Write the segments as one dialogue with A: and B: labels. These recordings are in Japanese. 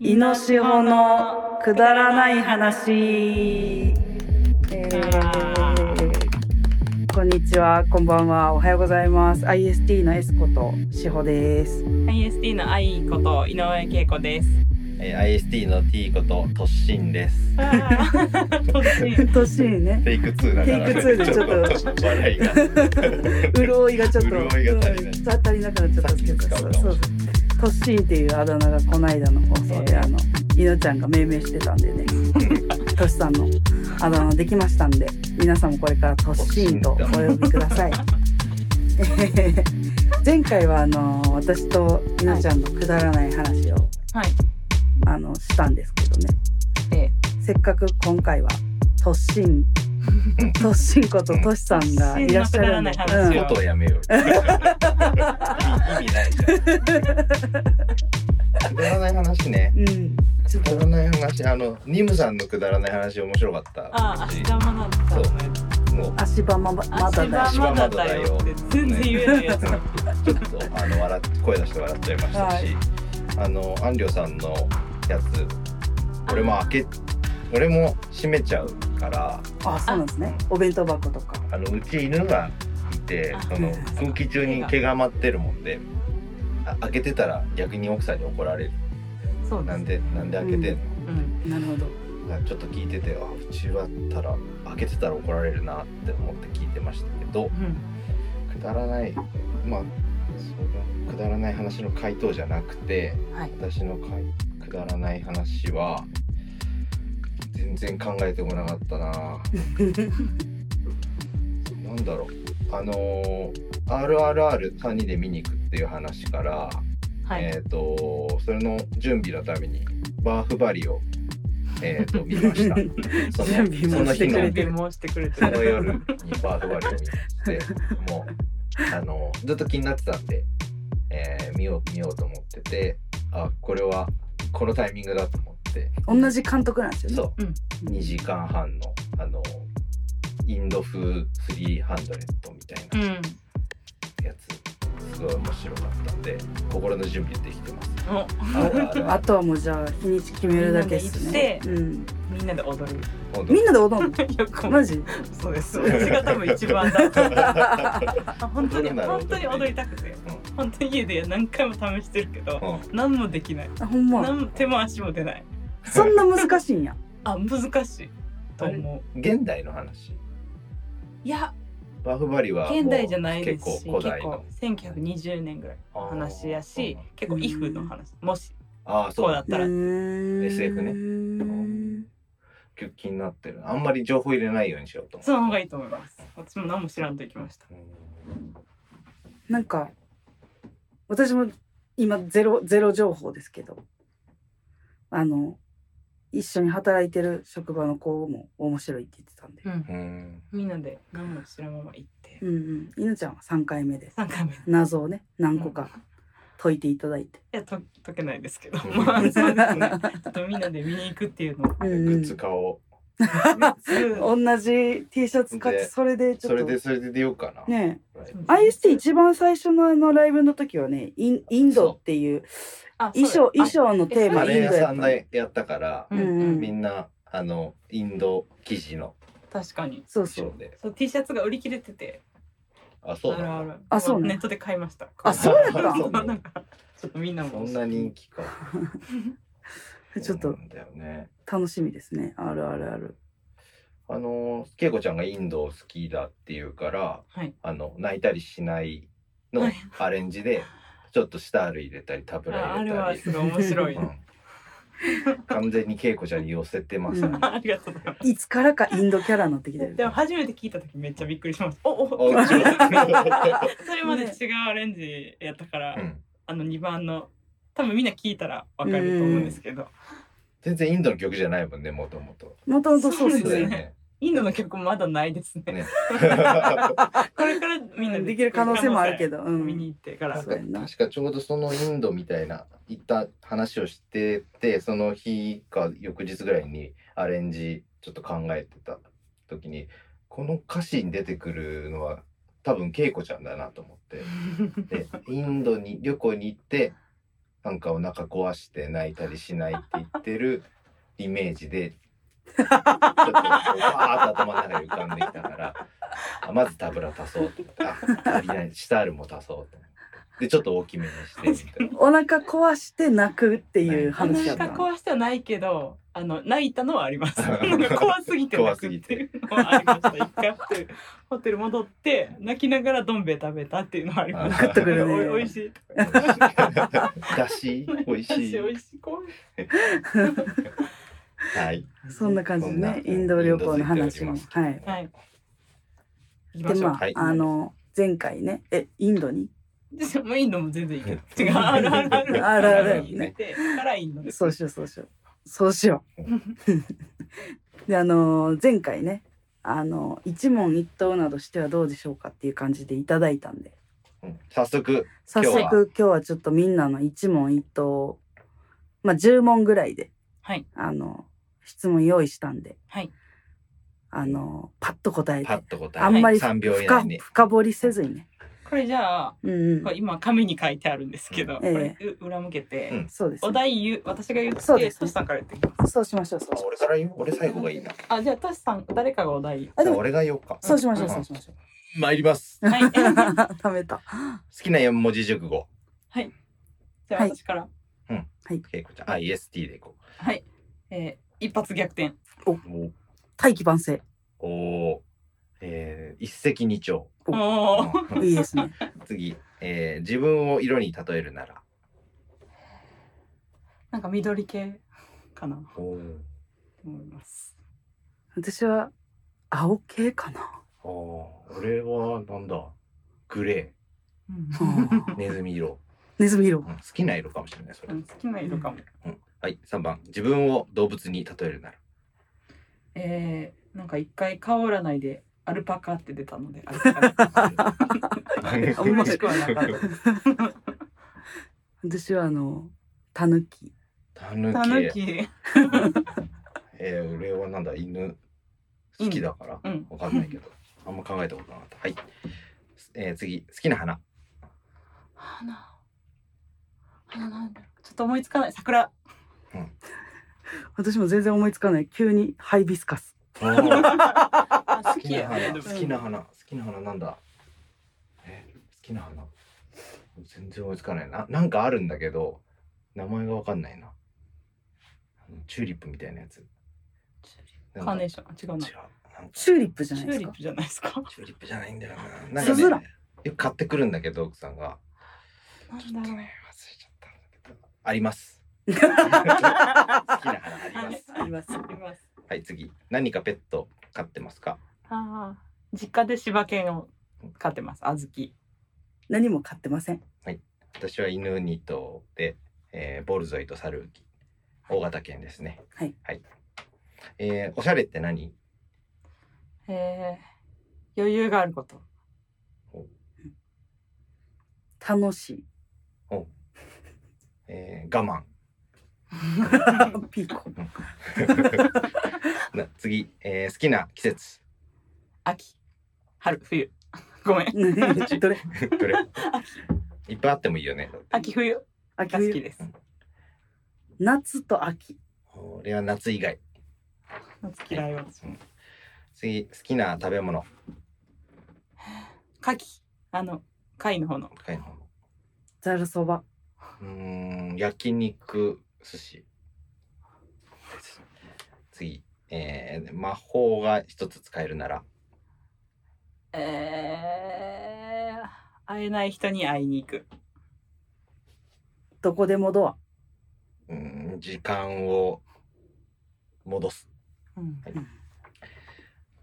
A: イノシホのくだらない話、えーこんにちはこんばんはおはようございます IST のエスコとしほです
B: IST の愛こと井上恵子です。
C: えー IST の T こと突進です。
B: 突
A: 年ね
C: テイク2だから、
A: テイク2でちょっと
C: ちょっと笑いが。
A: 潤いがちょっと
C: 潤いが足りない
A: うんちょっと足りなくなっちゃったんですけど
C: さっき使
A: そう
C: うか
A: そ
C: も
A: う
C: し
A: トッシーっていうあだ名がこの間の放送で、
B: えー
A: あのイノちゃんが命名してたんで ねトシさんのあだ名できましたんで皆さんもこれからトッシーとお呼びくださいえー前回はあの私とイノちゃんのくだらない話を、
B: はい。
A: あのしたんですけどね
B: え
A: せっかく今回はトッシ ントッシンことトシさんがいらっしゃるんで
B: トッシンのくだらない話を
C: ことをやめよう。意味ないじゃん。くだらない話ね。
A: うん、うん、ちょっ
C: くだ
A: と
C: らない話、あの、ニムさんのくだらない話面白かった。
B: あ、足玉まだったのやつ。
C: もう、
A: 足場まばまだ
B: 足
A: だ
B: 場
C: し
B: まだだよって全然言えないやつ。
C: ちょっと、あの、笑っ声出して笑っちゃいましたし、あの、アンリョさんのやつ、俺も開け、俺も閉めちゃうから、
A: あそうなんですねお弁当箱とか
C: あのうち犬がいて
B: あ
C: その空気中に毛が舞ってるもんであ開けてたら逆に奥さんに怒られる
B: そう
C: なん
B: で
C: でなんで開けてんの、
B: す。うん。
A: なるほど
C: なんかちょっと聞いててあうちはたら開けてたら怒られるなって思って聞いてましたけど
B: うん。
C: くだらないまあそのくだらない話の回答じゃなくて
B: はい。
C: 私のかいくだらない話は全然考えてこなかっ たななんだろうあのー「RRR3 人で見に行く」っていう話から、
B: はい。
C: えっ、とそれの準備のためにバーフバリを、えー、と見ました その
A: 準備
C: そ
A: も
C: の
A: して
C: 日
A: くれ
C: の
A: てる
B: 申してくれて
C: その夜にバーフバリを見 に行ってもうあのずっと気になってたんで、えー見よう見ようと思っててあこれはこのタイミングだと思って
A: 同じ監督なんですよね
C: そう、
B: うん
C: 2時間半のあのインド風300みたい
B: うん。
C: なやつ、すごい面白かったんで心の準備でき てます。
B: お、
C: あるあるあ
A: あ
C: る
A: とはもうじゃあ日にち決めるだけですね
B: み
A: うん、
B: みんなで踊る。
C: 本当
A: みんなで踊るの
B: よく
A: マジ
B: そうです。私が多分一番だった。 あ本当に
C: 踊るなら
B: 本当に踊りたくて、
C: ん
B: 本当に家で何回も試してるけど、
C: うん
B: 何もできない、
A: あほんま
B: 何も手も足も出ない
A: そんな難しいんや
B: あ難しいと思う
C: 現代の話
B: いや
C: バーフバリはもう
B: 現代じゃないですし
C: 結
B: 結
C: 構
B: 構
C: 古代の
B: 1920年ぐらいの話やし
C: あー
B: 結構「イフ」の話もし
C: ああそ
B: こ
C: う
B: う
C: だ
B: だ
C: っ
B: ったたら、
A: ね
C: SF ね
A: ね
C: 結構気になってるあんまり情報入れないようにしようと思う
B: その方がいいと思います私も何も知らんといきました
A: なんか私も今ゼロゼロ情報ですけどあの一緒に働いてる職場の子も面白いって言ってたんで、
B: うん
C: うんうん
B: みんなで何も知らんまま行って
A: うんうん、犬ちゃんは3回目で
B: 3回目い
A: 謎をね何個か解いていただいて、
B: やと解けないですけど
C: うん
B: まあそうですねあとみんなで見に行くっていうの を
A: うん
C: で
A: う
C: グ
A: ん
C: ッズ買おう
A: 同じ T シャツ買って
C: で
A: それでち
C: そ
A: ょっ
C: れ
A: と
C: でそれで出ようかな、
A: ね
C: はい
A: え IST 一番最初のあのライブの時はねインインドっていう
B: あそう
A: 衣
B: だ
A: 装衣
B: あ
A: 装のテー
B: ま
A: マ
C: カ
B: あ
A: イ
C: レー
A: ン
C: 屋
A: ドや
C: さ
A: っ
C: ん
A: た
C: でやったから、
B: うん
A: うんうん
C: みんなあのインド生地の
B: 確かに
A: そうそ
C: 衣
A: う
C: 装で
B: そう T シャツが売り切れてて
C: あそう
B: ある
C: な
B: あ
C: んだ
B: る
A: あそうなんだ
B: ネットで買いました
A: あそうだった
C: そうなんだ
B: なんかちょっとみんな
C: そ
B: も
C: んな人気か
A: ちょっ
C: そう
A: と
C: なんだよね
A: 楽しみですねあるあるある
C: あの恵子ちゃんがインドを好きだっていうから
B: はい
C: あの泣いたりしないの
B: はい
C: アレンジでちょっとスタール入れたりタブ
B: あ
C: ラ
B: あ
C: 入
B: れ
C: れた
B: は
C: り
B: す、ごい面白い、
C: うん完全に恵子ちゃんに寄せてます、
A: う
C: ね
A: ん
B: ありがとうござい
A: いつからかインドキャラになって きて
B: ます
A: る
B: でも初めて聞いた時めっちゃびっくりしましたおお
C: お ちょっ
B: それまで違うアレンジやったから、
C: とうん
B: あの2番の多分みんな聞いたらわかると思うんですけど
C: 全然インドの曲じゃないもんねもともと
A: もともとそうで
B: そ
A: す
B: うだよ
A: ね
B: ねインドの曲まだないですね
C: ね
B: これからみんな
A: うんできる可能性もあるけどう
B: 見に
A: ん
B: 行ってから
A: そうやんな
C: 確かちょうどそのインドみたいな行った話をしててその日か翌日ぐらいにアレンジちょっと考えてた時にこの歌詞に出てくるのは 多分恵子ちゃんだなと思ってでインドに旅行に行ってなんかお腹壊して泣いたりしないって言ってるイメージでちょっとこうバーッと頭の中に浮かんできたからあまずタブラ足そうと思ってあ足りないシタールも足そうと思ってでちょっと大きめにしてみたいな
A: お腹壊して泣くっていう話や
B: 話
A: った
B: が
A: の
B: 壊してはないけど、あの泣いたのはあり ます。
C: う
B: な
C: ん
B: んか怖すぎて
C: 怖
B: 泣
C: す
B: くっ
C: ぎ
B: て
C: て
B: いうのはありました。一回ホテルホテル戻って泣きながらどん兵衛食べたっていうのはあります。
C: グッとく
A: るね
B: おいおいしい。
C: だし美味しい
B: おいしい。怖い
C: はい
A: そんな感じでね
C: そんな
A: インド旅行の話も
C: インド
A: は
C: づい
A: い
C: て
B: はい。行きま
A: で
B: しょう。
A: まあ、
C: はい
A: あの前回ねえインドに
B: でもうインドも全然い いけど。違う。あるあるある。
A: あるあるある
B: 行ってからインドです。
A: そうしようそうしようそうしよ うであの前回ねあの一問一答などしてはどうでしょうかっていう感じでいただいたんで
C: うん早速
A: 早速今
C: 今日は
A: 日はちょっとみんなの一問一答をまあ10問ぐらいで
B: はい
A: あの質問用意したんで
B: はい。
A: あのパッと答え
C: パ
A: て
C: ッと答え
A: あんまり
C: 3秒以
A: 深
C: 内に
A: 深掘りせずにね
B: これじゃあ
A: うんうん
B: これ今紙に書いてあるんですけど、こ
A: え
B: れう裏向けて。
C: うん
A: そうです、
B: お題言う私が言っ
A: そうで
B: て、
A: す
B: トシさんから言ってきます。
A: そうしましょうそうし
C: あ
A: ましょ
C: 俺から言う俺最後がいいなじ
B: あ、じゃあトシさん、誰かがお題。
A: うあ
C: ゃ
A: で
C: あ
A: も
C: 俺が言おうか
A: そうしましょう
C: うん
A: そうしましょう
C: 参ります
B: はい。 じ
A: ためた
C: 好きな四文字熟語
B: ゃあ
A: はい
B: 私から。
C: けいこちゃん IST でいこ
B: はい。えー、一発逆転。
C: う
A: 大器晩成
C: おおーえー一石二鳥
A: お
B: おおー。
C: うん
A: いいですね
C: 次、えー自分を色に例えるなら
B: なんか緑系かなと
C: お
B: 思います。
A: 私は青系かな
C: お俺はなんだグレ
B: うん
A: うん
C: ーネズミ色、
A: ネズミ色
C: うん好きな色かもしれないそれ、
B: うん好きな色かも。
C: はい3番自分を動物に例えるなら
B: えー、なんか一回顔占いでアルパカって出たので、アルパカ。
A: うまい
B: 嬉しくはなかった。
A: 私はあのタヌキ
C: タヌ
B: たぬ
C: キ
B: き。
C: えー俺はなんだ犬好きだから、
B: うん
C: わかんないけどあんま考えたことなかったはい、えー次好きな 花
B: 花。花なんだろう。ちょっと思いつかない。桜。
A: 私も全然思いつかない急にハイビスカス
C: おー
B: あ好
C: 好
B: き
C: きな
B: やね。
C: 花
B: で
C: 好
B: も
C: きな花好きな花なんだえ好きな花全然追いつかないななんかあるんだけど名前がわかんないなあのチューリップみたいなやつなん
B: カー
C: か違
B: ネー
C: う
B: ション。違うな。
C: なんか
A: チューリップじゃ
B: チ
A: な
B: ューリ
A: いです
B: ッ
A: か
B: プじゃないですか。
C: チューリップじゃないんだよななん
A: ス
C: かね
A: ズラン
C: よく買ってくるんだけど奥さんがちょ
B: なんだ
C: っと
B: ろう
C: ね忘れちゃったんだけどあります好きな花あります
A: あります
B: あります。
C: はい次何かペット飼ってますか
B: ああ、実家で柴犬を飼ってます。小豆。
A: 何も買ってません
C: 私は犬2頭で、えーボルゾイとサルウキ大型犬ですね
A: はい、
C: えーおしゃれって何
B: えー、余裕がある こと。
A: 楽しい
C: えー我
A: ピー コ
C: 慢な次、えー好きな季節
B: 秋、春、冬。 ごめん。
A: ねどれ
C: どれいっぱいあってもいいよね
B: 秋冬
A: 秋
B: が好き
A: 冬
B: です。
A: 夏と秋
C: 俺は夏以外
B: 夏嫌いは。
C: 次好きな食べ物
B: 牡蠣。あの、貝の方の。
C: 高いの
A: ざるそば
C: うーん焼肉寿司次、えー魔法が一つ使えるなら
B: えー、会えない人に会いに行く。
A: どこでもドア
C: うーん時間を戻す
B: うん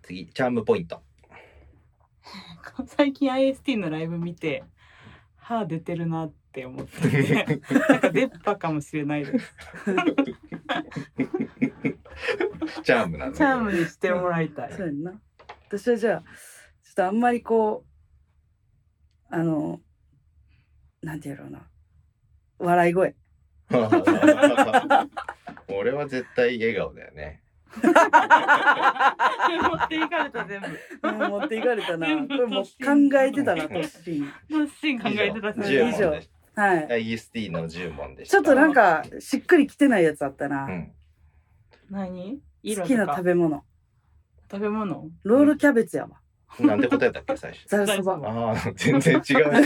C: 次チャームポイント
B: 最近 IST のライブ見て歯出てるなって思ってて なんか出っ歯かもしれないです
C: チャームなんだ
B: チャームにしてもらいたい
A: そうやんな私はじゃあちょっとあんまりこうあのなんて言うやろうな笑い声
C: 俺は絶対笑顔だよね
B: 持っていかれた全部
A: うん持っていかれたな
B: 全部
A: これもう考えてたなトッシー
B: のシーン考えてた
A: 以上
B: 全部
A: 以上
C: 10問でした
A: はい。
C: IST の10問でし
A: ち
C: た。
A: ょっとなんか、しっくりきてないやつあったな。
C: うん、
B: 何色
A: 好
B: と
A: きな
B: か
A: 食べ物。
B: 食べ物
A: ロールキャベツやわ。
C: なんて答えたっけ最初。
A: ざる そば。
C: ああ全然違 うじゃん。
B: 違う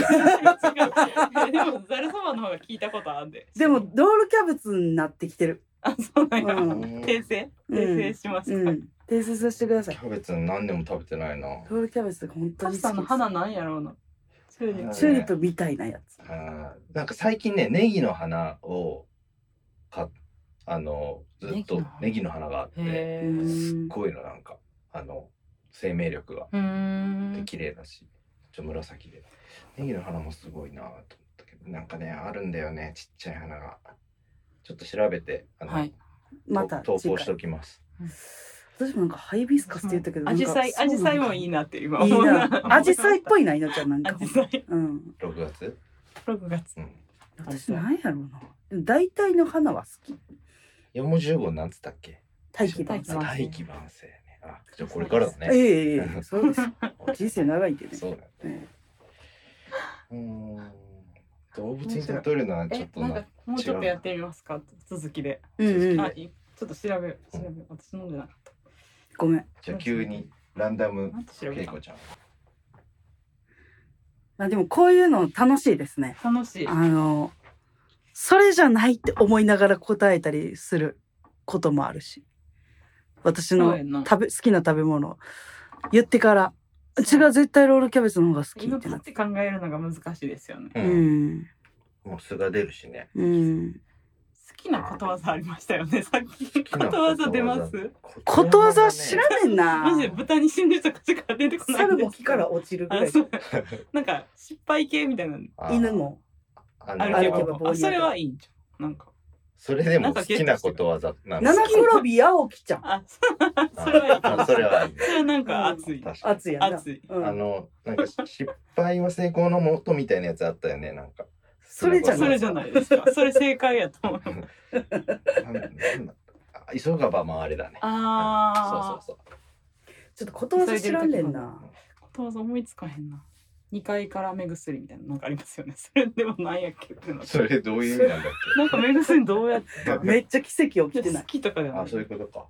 B: でもざるそばの方が聞いたことあるんで
A: でも、ロールキャベツになってきてる。
B: あそうなんや、
A: うん
B: 訂正
A: うん
B: 訂正します
A: う
B: か、
A: ん。訂正させてくださ
C: キ
A: い。
C: ャベツ何年も食べてないな。
A: ロールキャベツが本当
B: パ
A: に
B: ス
A: 好
B: タ
A: き
B: の
A: です。
B: 花なんやろうなチューリップ
A: チューリップみたいなやつ。
C: あーなんか最近ねネギの花をかあのずっとネ
B: ネ
C: ギの花があって
A: う
B: へー
A: ーん
C: こういうのなんかあの生命力が
B: うーん
C: 綺麗だしちょっと紫でネギの花もすごいなと思ったけどなんかねあるんだよねちっちゃい花がちょっと調べてあの、
B: はい
A: また
C: 投
A: 次
C: 稿して
A: 回
C: お。きます
A: 私もなんかハイビスカスって言ったけど、
B: アジサイアジサイもいい
A: い。
B: なって今
A: いい
B: 思う
A: な。アジサイっぽ
B: い
A: いな、いのちゃんな ん
B: ア
A: か
B: ジ。サイ
A: うん。
C: 6月、
B: 6月
C: うん、
A: 私なんやろうな。でも大体の花は好き。
C: 4文字号なんつったっけ
A: 大気晩
B: 大気
A: 成。
C: 大気晩成ねあじゃあこれからだね
A: ええええ、そ うですよ。人生長いんでね。
C: そうだね
A: え
C: うーん動物に例えるのはちょ
B: え
C: っと
B: なん
C: な
B: かもうちょっとやってみますか続きで、
A: えうんう
B: あ
A: ん。
B: いいちょっと調べよう調べよう私飲んでなかっ
A: ごめん。
C: じゃあ急にランダム
B: たなんと調べ
C: 恵
B: た
C: 子ちゃん
A: まあでもこういうの楽しいですね。
B: 楽しい
A: あの、それじゃないって思いながら答えたりすることもあるし。私
B: そう
A: の
B: やんな
A: 食べ好きな食べ物言ってから、違う、絶対ロールキャベツの方が好き
B: 今
A: って
B: パ
A: な
B: ッ
A: って
B: 考えるのが難しいですよね
C: う、
A: て。うんん。
C: もう素が出るしね
A: うん。
B: 好きなことわざありましたよねさっき
C: き
B: こ
C: なこと
B: と
C: わ
B: わ
C: ざ
B: ざ出ます
A: ことわざ知らねえな
B: マ。ジで豚に死んでとかしか出てこないん
A: 猿
B: です
A: も木から落ちるぐら
B: あ
A: い。
B: そうなんか失敗系みたいなの
C: あー
A: 犬も。
C: あの
B: 歩け
A: 歩けば
B: ば
A: 棒
B: あ
A: に
B: それはいいんじゃんなんか
C: それでも好きなことわざな
A: 七
C: です
A: 転び青木ちゃん。
B: あそそれはいい
C: あそれはいいね
B: それはなんか熱い
C: 確かに
A: 熱いやな。
B: 熱い
A: うん
C: あのなんか失敗は成功のもとみたいなやつあったよねなんか
A: それじゃ
B: そ
A: な
B: れ
A: い。
B: じゃないですかそれ正解やと思う
C: なんなんだあ急がば回れだね
B: ああ
C: そうそうそう
A: ちょっとことわざ知らんねんな。
B: ことわざ思いつかへんな二階から目薬みたいななんかありますよねそれでもなんやっけってなって
C: それどういう意味なんだっ
B: なんか目薬どうやって
A: めっちゃ奇跡起きてな
B: 好
A: い。
B: きとかじ
C: け
B: ゃな
C: あ
B: い
C: そういうことか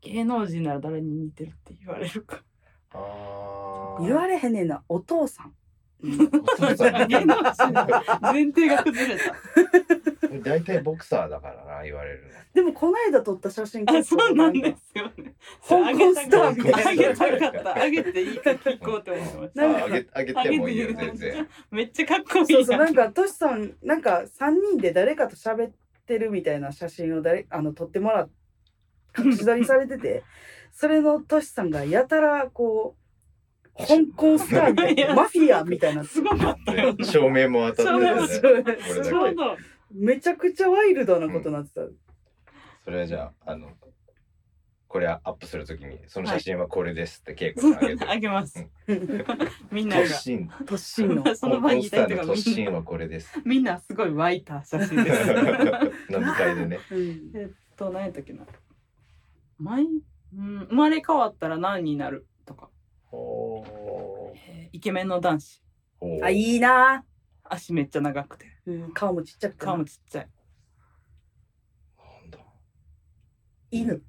B: 芸能人なら誰に似てるって言われるか
C: あー
A: 言われへんねんな。お父さん。
C: お父さ ん
B: 芸能人なら前提が崩れた
C: 大体ボクサーだからな言われる
A: でもこの間撮った写真
B: あ、
A: 結構
B: そうなん
A: か
B: ですよね。
A: 香
B: あげ
A: 港
B: た
A: スターみた
B: あ
A: い
B: げ
A: な。
B: たかった。あげていいか聞こうって思いまし
C: の
A: なん
B: た。
A: か
C: ああげあげてもいいよ全然
B: めっちゃかっこいい
A: そうそう
B: や
A: なんかトシさんなんか三人で誰かと喋ってるみたいな写真を誰あの撮ってもらっ隠し撮りされ ててそれのトシさんがやたらこう香港スターみたい
B: いや
A: なマフィアみたいな
B: すごかったよ。ち
C: 照明も当た
B: 照明
C: っ
B: も
C: て
A: そ
C: て、ね、
A: う
C: れだけ
B: ょうど
A: めちゃくちゃワイルドなことなってた、
C: それはじゃああのこれアップするときにその写真はこれですって稽古にあげて
B: あげます。みんな
C: 突
B: が。
C: 進
A: トッシーの
B: そ
C: 香
B: の場
C: 港
B: にい
C: ス
B: た
C: タ
B: 人
C: ー
B: が
C: の突
B: みん
C: 進
B: な
C: はこれです
B: みんなすごい湧いた写真 です。
C: 飲み会でね
A: うん
B: えっと何やったっけな。毎うん生まれ変わったら何になるとか。
C: おー
B: イケメンの男子。
C: おー
A: あいいな、
B: 足めっちゃ長くて
A: うん、顔もちっちゃくてな
B: 顔もちっちゃい。
C: なんだ
A: 犬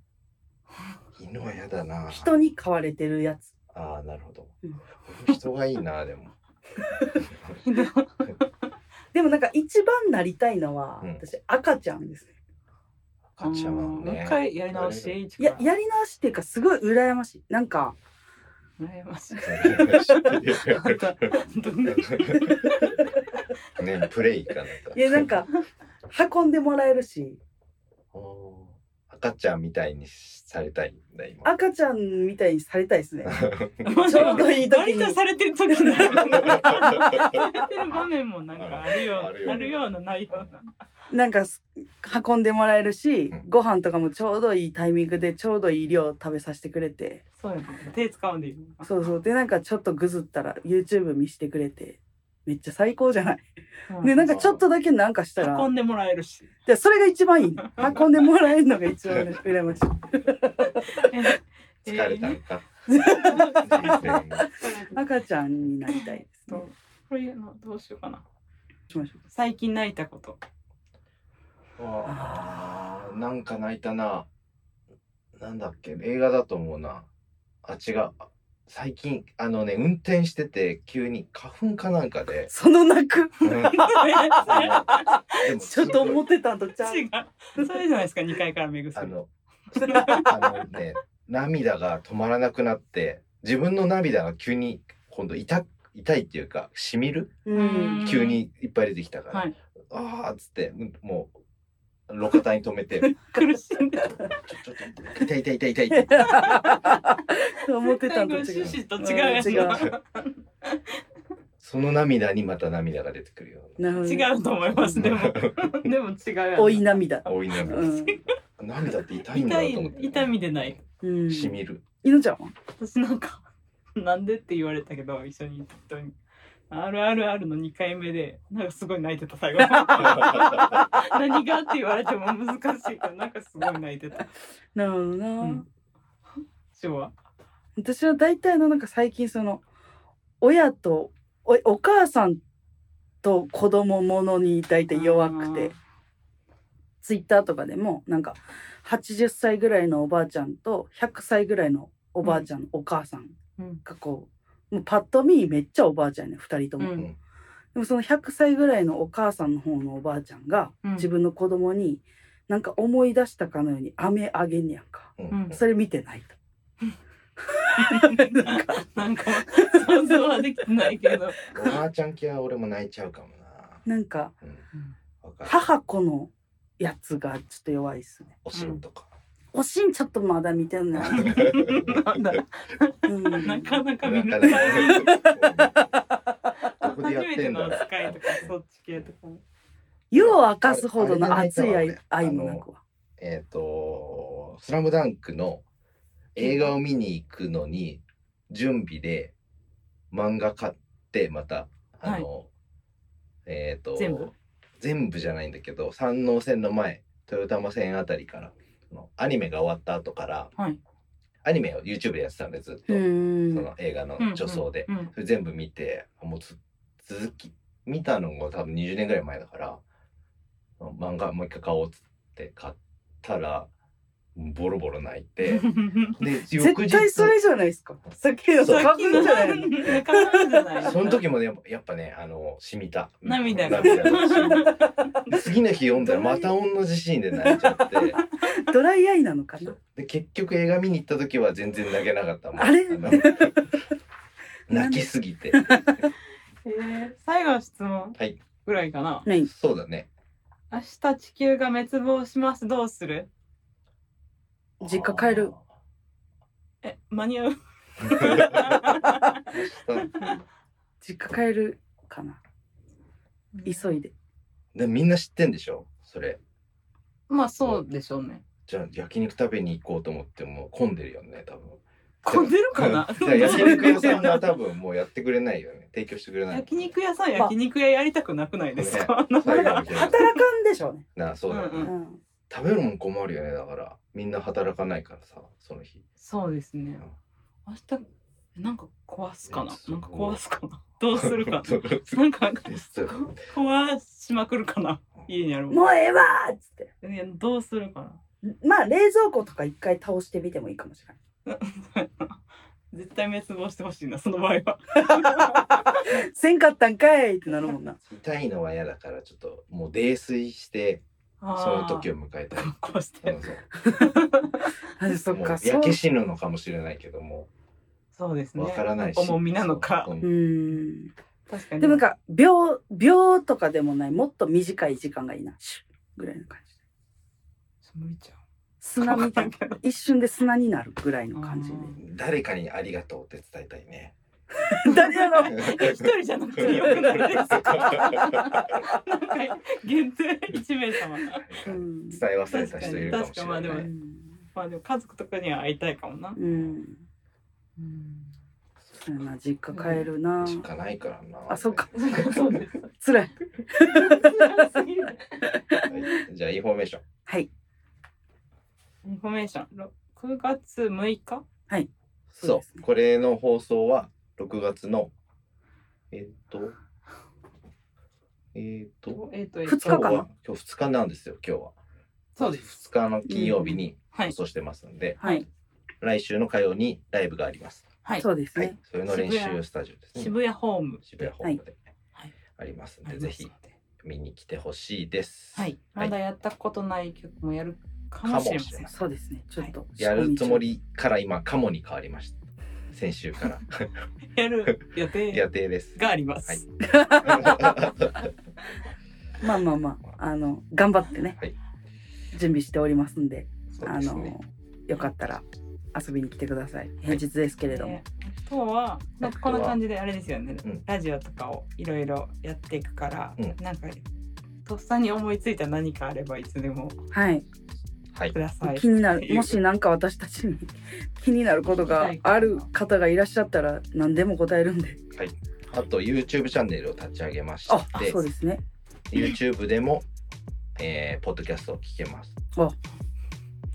C: 犬は嫌だな
A: 人に飼われてるやつ
C: ああなるほど
A: うん
C: 人がいいなでも
A: でもなんか一番なりたいのは、
C: うん
A: 私赤ちゃんですね
C: 赤ちゃんはね
B: もう一回やり直し。一
A: い
B: から
A: ややり直しっていうかすごい羨ましいなんか
B: 羨ましい。
C: ね
B: 本
C: プレイかなと
A: いやなんか運んでもらえるし
C: おー赤ちゃんみたいにされたいんだ今
A: 赤ちゃんみたいにされたいですね
B: 当に
A: ちょうどいい時
B: 割と
A: に
B: されてる時にされてる場面もなんかあるよ
C: あ
B: う
C: るよ
B: なあるようなないような
A: なんかす運んでもらえるし
C: うん
A: ご飯とかもちょうどいいタイミングでちょうどいい量食べさせてくれて
B: そうやね手使うんでいいのか
A: そうそうでなんかちょっとぐずったら YouTube 見してくれてめっちゃ最高じゃないでなんかちょっとだけなんかしたら
B: 運んでもらえるし
A: でそれが一番いい運んでもらえるのが一番羨ましい
B: え
C: 疲れたのか、
B: ー
C: 人生に
A: 赤ちゃんになりたいですね
B: これのどうしようかな
A: しましょう。
B: 最近泣いた こと
C: あーなんか泣いたな。なんだっけ、映画だと思うな。あ、違う。最近、あのね、運転してて、急に花粉かなん かで。
A: その泣く、
C: うんでも
A: ちょっと思ってたんとちゃう。
B: 違うそれじゃないですか2階から目
C: あ
B: 薬
C: の、あのね、涙が止まらなくなって、自分の涙が急に今度痛痛いっていうか、しみる
A: うん。
C: 急にいっぱい出てきたから、
B: はい
C: ああっつって、うんもう、路肩に止めて、ちょ
B: 苦しんで
C: ちょっと痛い痛い痛い痛いって。
A: 思ってたんと違
B: 絶
A: う。
B: 対これ趣旨と違うや
C: その涙にまた涙が出てくるような。
A: なるほど
B: 違うと思います でもでも違うやん
A: おい涙。
C: 多い涙、
A: うん。
C: 涙って痛いんだ
B: 痛
C: なと思
B: い
C: って、
B: 痛みでない
A: うん。
C: しみる。
A: いのちゃんは。
B: 私なんか なんでって言われたけど一緒に行った人に「あるあるある」の2回目でなんかすごい泣いてた 最後何がって言われても難しいからなんかすごい泣いてた
A: なるほどな。
B: うん昭和
A: 私は大体あのなんか最近その親とおお母さんと子供ものに大体弱くてツイッターとかでもなんか80歳ぐらいのおばあちゃんと100歳ぐらいのおばあちゃんのお母さん
B: うん
A: がこう、もうパッと見めっちゃおばあちゃんやね2人と
B: う
A: も、
C: うんん
A: でもその100歳ぐらいのお母さんの方のおばあちゃんが
B: うん
A: 自分の子供になんか思い出したかのように飴あげんねやんか
C: うん
B: うん
A: それ見てないと。なんか
B: なんか想像はできてないけ ど
C: おばあちゃん系は俺も泣いちゃうかもな。
A: なんか
C: わかる
A: 母子のやつがちょっと弱いっすね。
C: おしんとか。
A: おしんちょっとまだ見てんな。
B: なんだ
A: うん、
B: なかなか見
C: な
B: る
C: か
B: 初
C: なか。ここでやっ
B: め
C: て
B: て
C: んだ
B: の
C: な。
B: 扱いとかそっち系とか
A: 湯を明かすほどの熱い
C: あれ
A: 愛愛
C: じゃないかな
A: もなくは。
C: えっ、と、スラムダンクの映画を見に行くのに、準備で漫画買って、また、あの、えっ、と、
B: 全部
C: 全部じゃないんだけど、山王線の前、豊玉線あたりから、のアニメが終わった後から、
B: はい
C: アニメを YouTube でやってたんで、ずっと、
A: う
C: そ
A: ん。
C: の映画の
B: うん
C: 助走で。
B: うんうん
C: それ全部見て、もうつ続き、見たのが多分20年ぐらい前だから、漫画もう一回買おうっつって買ったら、ボロボロ泣い て、で、
A: 絶
C: 翌日、
A: 対それじゃないですか。さっきの
C: そう
A: 花粉じゃない の。
B: 仲間じゃない
C: その時もね、やっぱやっぱね、あの、染みた。
B: 涙が
C: 染み たで次の日読んだらまた同じシーンで泣いちゃって、
A: ドライアイなのかな。
C: で、結局映画見に行った時は全然泣けなかったもん。
A: あれ
C: の泣きすぎて。
B: えー最後の質問
C: はい
B: ぐらいかな。
A: ない。
C: そうだね。
B: 明日地球が滅亡します。どうする？
A: 実家帰る。
B: え、間に合う。
C: 明日
A: 実家帰るかな。急いで。
C: でみんな知ってんでしょそれ
B: まあそうでしょうね。
C: じゃあ焼肉食べに行こうと思っても混んでるよね多分。
B: 混んでるかな
C: じゃあ焼肉屋さんが多分もうやってくれないよね提供してくれない
B: 焼肉屋さん焼肉屋やりたくなくないですか？
C: 最後
A: 働
C: の日は
A: かんでしょうね。
C: なあそうだよね、
B: うん
A: うん。
C: 食べるもん困るよねだからみんな働かないからさその日。
B: そうですね。明日なんか壊すかな。なんか壊すかな。どうするか
C: そう
B: なんか
C: そう
B: 壊しまくるかな。家にあるも
A: もうええわーっつって。
B: ん。いやどうするか
A: まあ冷蔵庫とか一回倒してみてもいいかもしれない。
B: な。絶対滅亡してほしいなその場合は。
A: せんかったんかいってなるもんな。
C: 痛いのは嫌だからちょっともう泥酔してそ の時を迎えたい
B: こうして
C: うんそう
A: あそっ
C: もう
A: か。
C: 焼け死ぬのかもしれないけども
B: そうですね
C: わからないし
B: 重みなのか
C: そううん
A: うん。
B: 確かに
A: でもなんか秒秒とかでもないもっと短い時間がいいなシュッぐらいの感じ
B: 無理ちゃう
A: 砂みたいな
B: けど
A: 一瞬で砂になるぐらいの感じで
C: 誰かにありがとうって伝えたい ね。
A: 誰やろ
B: 一人 じゃなくてよくないですかなんか限定一名様
A: うん
C: 伝え忘れた人いるか
B: 確かに確
C: もしれない、
B: かにまあでも
A: う
C: ね。
A: ん
B: まあでも家族とかには会いたいかもな
A: うんそうやな実家帰るな
C: しかないからな。
A: あそっか。
B: そうです
A: つらい
B: 辛すぎる
C: はい じゃあインフォメーション。
A: はい
B: インフォメーションろ9月6日
A: そう
C: そう
A: ですね
C: これの放送は6月のえっとええっ、と、
B: えっ、と、えっ、と、
A: 二日間
C: 今日は今日2日なんですよ、今日は。
B: そうです。
C: 2日の金曜日に
B: はい
C: 放。送してますので、
A: はい、
C: 来週の火曜にライブがあります。
B: はい
A: そ。うです
C: は
A: ね、
C: い、それの練習スタジオですね。
B: 渋谷ホーム。
C: 渋谷ホームで
B: はい
C: ありますん
B: あ
C: で、
B: り
C: ぜ
B: ます
C: ひ
B: ので
C: 見に来てほしいです。
B: はい。
C: は
B: ま
C: い
B: だやったことない曲もやるかもしれません。
A: そうですねちょっと、
C: やるつもりから今、カモに変わりました。先 週から。
B: やる予
C: 予
B: 定
C: 定です。
B: があります。
C: はい
A: まあまあまああの頑張ってね、
C: はい
A: 準備しておりますんで
C: そう
A: あ
C: です
A: の
C: ね。
A: よかったら遊びに来てください平日ですけれども、
B: ねあとはなんかこんな感じであれですよね、
C: うん
B: ラジオとかをいろいろやっていくから、
C: うん
B: なんかとっさに思いついた何かあればいつでも
A: はい
C: はい
B: く。ださい。
A: 気にな
B: って
A: る
B: い う
A: もし何か私たちに 気になることがある方がいらっしゃったら何でも答えるんで
C: あと、YouTube チャンネルを立ち上げまし
A: ああ
C: て
A: そう、ですね
C: YouTube でも、えーポッドキャストを聞けます
A: あ。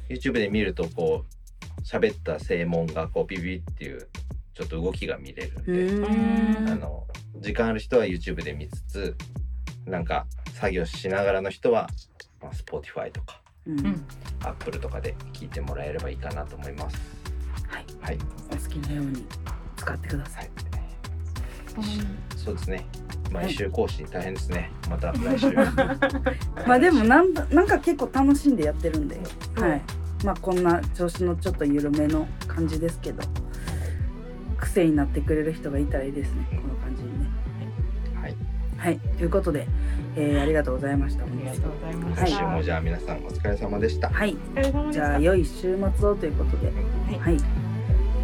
C: YouTube で見ると、こう、喋った正門がこうビビっていう、ちょっと動きが見れるん
A: う
C: で。
A: ーん
C: あの時間ある人は YouTube で見つつなんか作業しながらの人は、まあ、Spotify とか
A: うん
B: うん、
C: Apple とかで聞いてもらえればいいかなと思います
A: はい
C: はい、
A: お好きなように使ってくださ
C: はいい、そうですね毎週更新大変ですね、また来 週
A: まあでもなんだなんか結構楽しんでやってるんで、はい、まあこんな調子のちょっと緩めの感じですけど癖になってくれる人がいたらいいですねこの感じにね
C: はい
A: はいということで、えーありがとうございました
B: ありがとうございま
C: 今
B: し
C: 週
B: た。
C: もじゃあ皆さんお疲れ様でした
A: はい
B: お疲れ様で
A: じ
B: し
A: ゃ
B: た
A: あ良い週末をということで
B: はい
A: はい、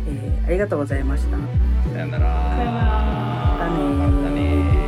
A: えーありがとうございました
C: さよな
B: さよ
C: ら
B: なら
A: またねー
C: またね